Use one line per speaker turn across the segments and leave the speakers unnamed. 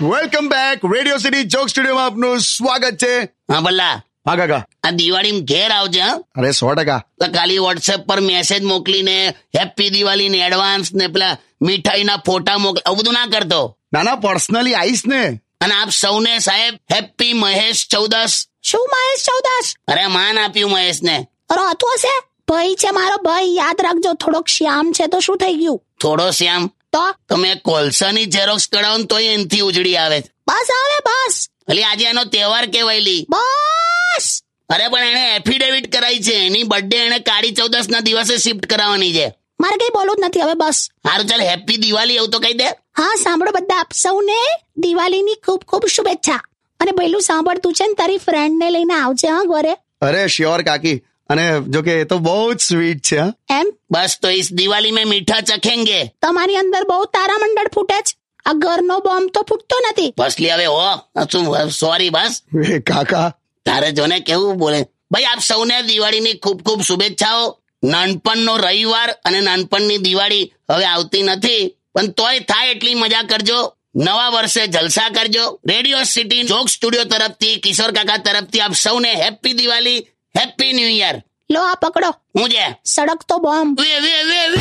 Welcome back radio city joke સ્ટુડિયોમાં આપનું સ્વાગત છે
હા ભલ્લા
હા કાકા
આ દિવાળીમાં ઘેર આવજે હા
અરે સો ટકા
તો ખાલી વોટ્સએપ પર મેસેજ મોકલીને હેપી દિવાળી ને એડવાન્સ ને પેલા મીઠાઈના ફોટા મોકલ આવું બધું ના કરતો
ના ના પર્સનલી આવીશ ને
અને આપ સૌને સાહેબ હેપી મહેશ ચૌદસ
શું મહેશ ચૌદાસ
અરે માન આપ્યું મહેશને
રોતું હશે ભાઈ છે મારો ભાઈ યાદ રાખજો થોડોક શ્યામ છે તો શું થઈ ગયું
થોડો શ્યામ
તો
તમે કોલસાની ઝેરોક્સ કઢાવો ને તોય એનથી ઉજળી આવે
બસ હવે બસ
એટલે આજે એનો તહેવાર કહેવાય લી
બસ
અરે પણ એણે એફિડેવિટ કરાઈ છે એની બર્થડે એણે કાળી ચૌદસ ના દિવસે શિફ્ટ કરાવવાની છે
મારે કઈ બોલવું જ નથી હવે બસ
હારું ચાલ હેપી દિવાળી એવું તો કહી દે
હા સાંભળો બધા આપ સૌને દિવાળીની ખૂબ ખૂબ શુભેચ્છા અને પેલું સાંભળતું છે ને તારી ફ્રેન્ડ ને લઈને આવજે હા ઘરે
અરે શ્યોર કાકી અને જો કે એ તો બહુ જ સ્વીટ છે હા.
એમ
બસ તો ઇસ દિવાળી મેં મીઠા ચખેંગે
તમારી અંદર બહુ તારામંડળ ફૂટે છે આ ઘરનો બોમ્બ તો ફૂટતો નથી
બસલી હવે હો શું સોરી બસ
એ કાકા
તારે જોને કેવું બોલે ભાઈ આપ સૌને દિવાળીની ખૂબ ખૂબ શુભેચ્છાઓ નાનપણનો રવિવાર અને નાનપણની દિવાળી હવે આવતી નથી પણ તોય થાય એટલી મજા કરજો નવા વર્ષે જલસા કરજો રેડિયો સિટી જોક સ્ટુડિયો તરફથી કિશોર કાકા તરફથી આપ સૌને happy Diwali happy new year
લો આ પકડો
હું જે
સડકતો બોમ્બ
વે વે વે વે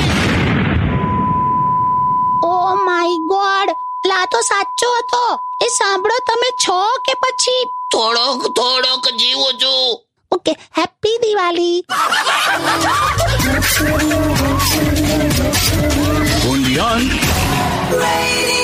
ઓ માય ગોડ લા તો સાચો હતો એ સાંભળો તમે છો કે પછી
થોડોક થોડોક જીવું છું
ઓકે હેપી દિવાળી
Radio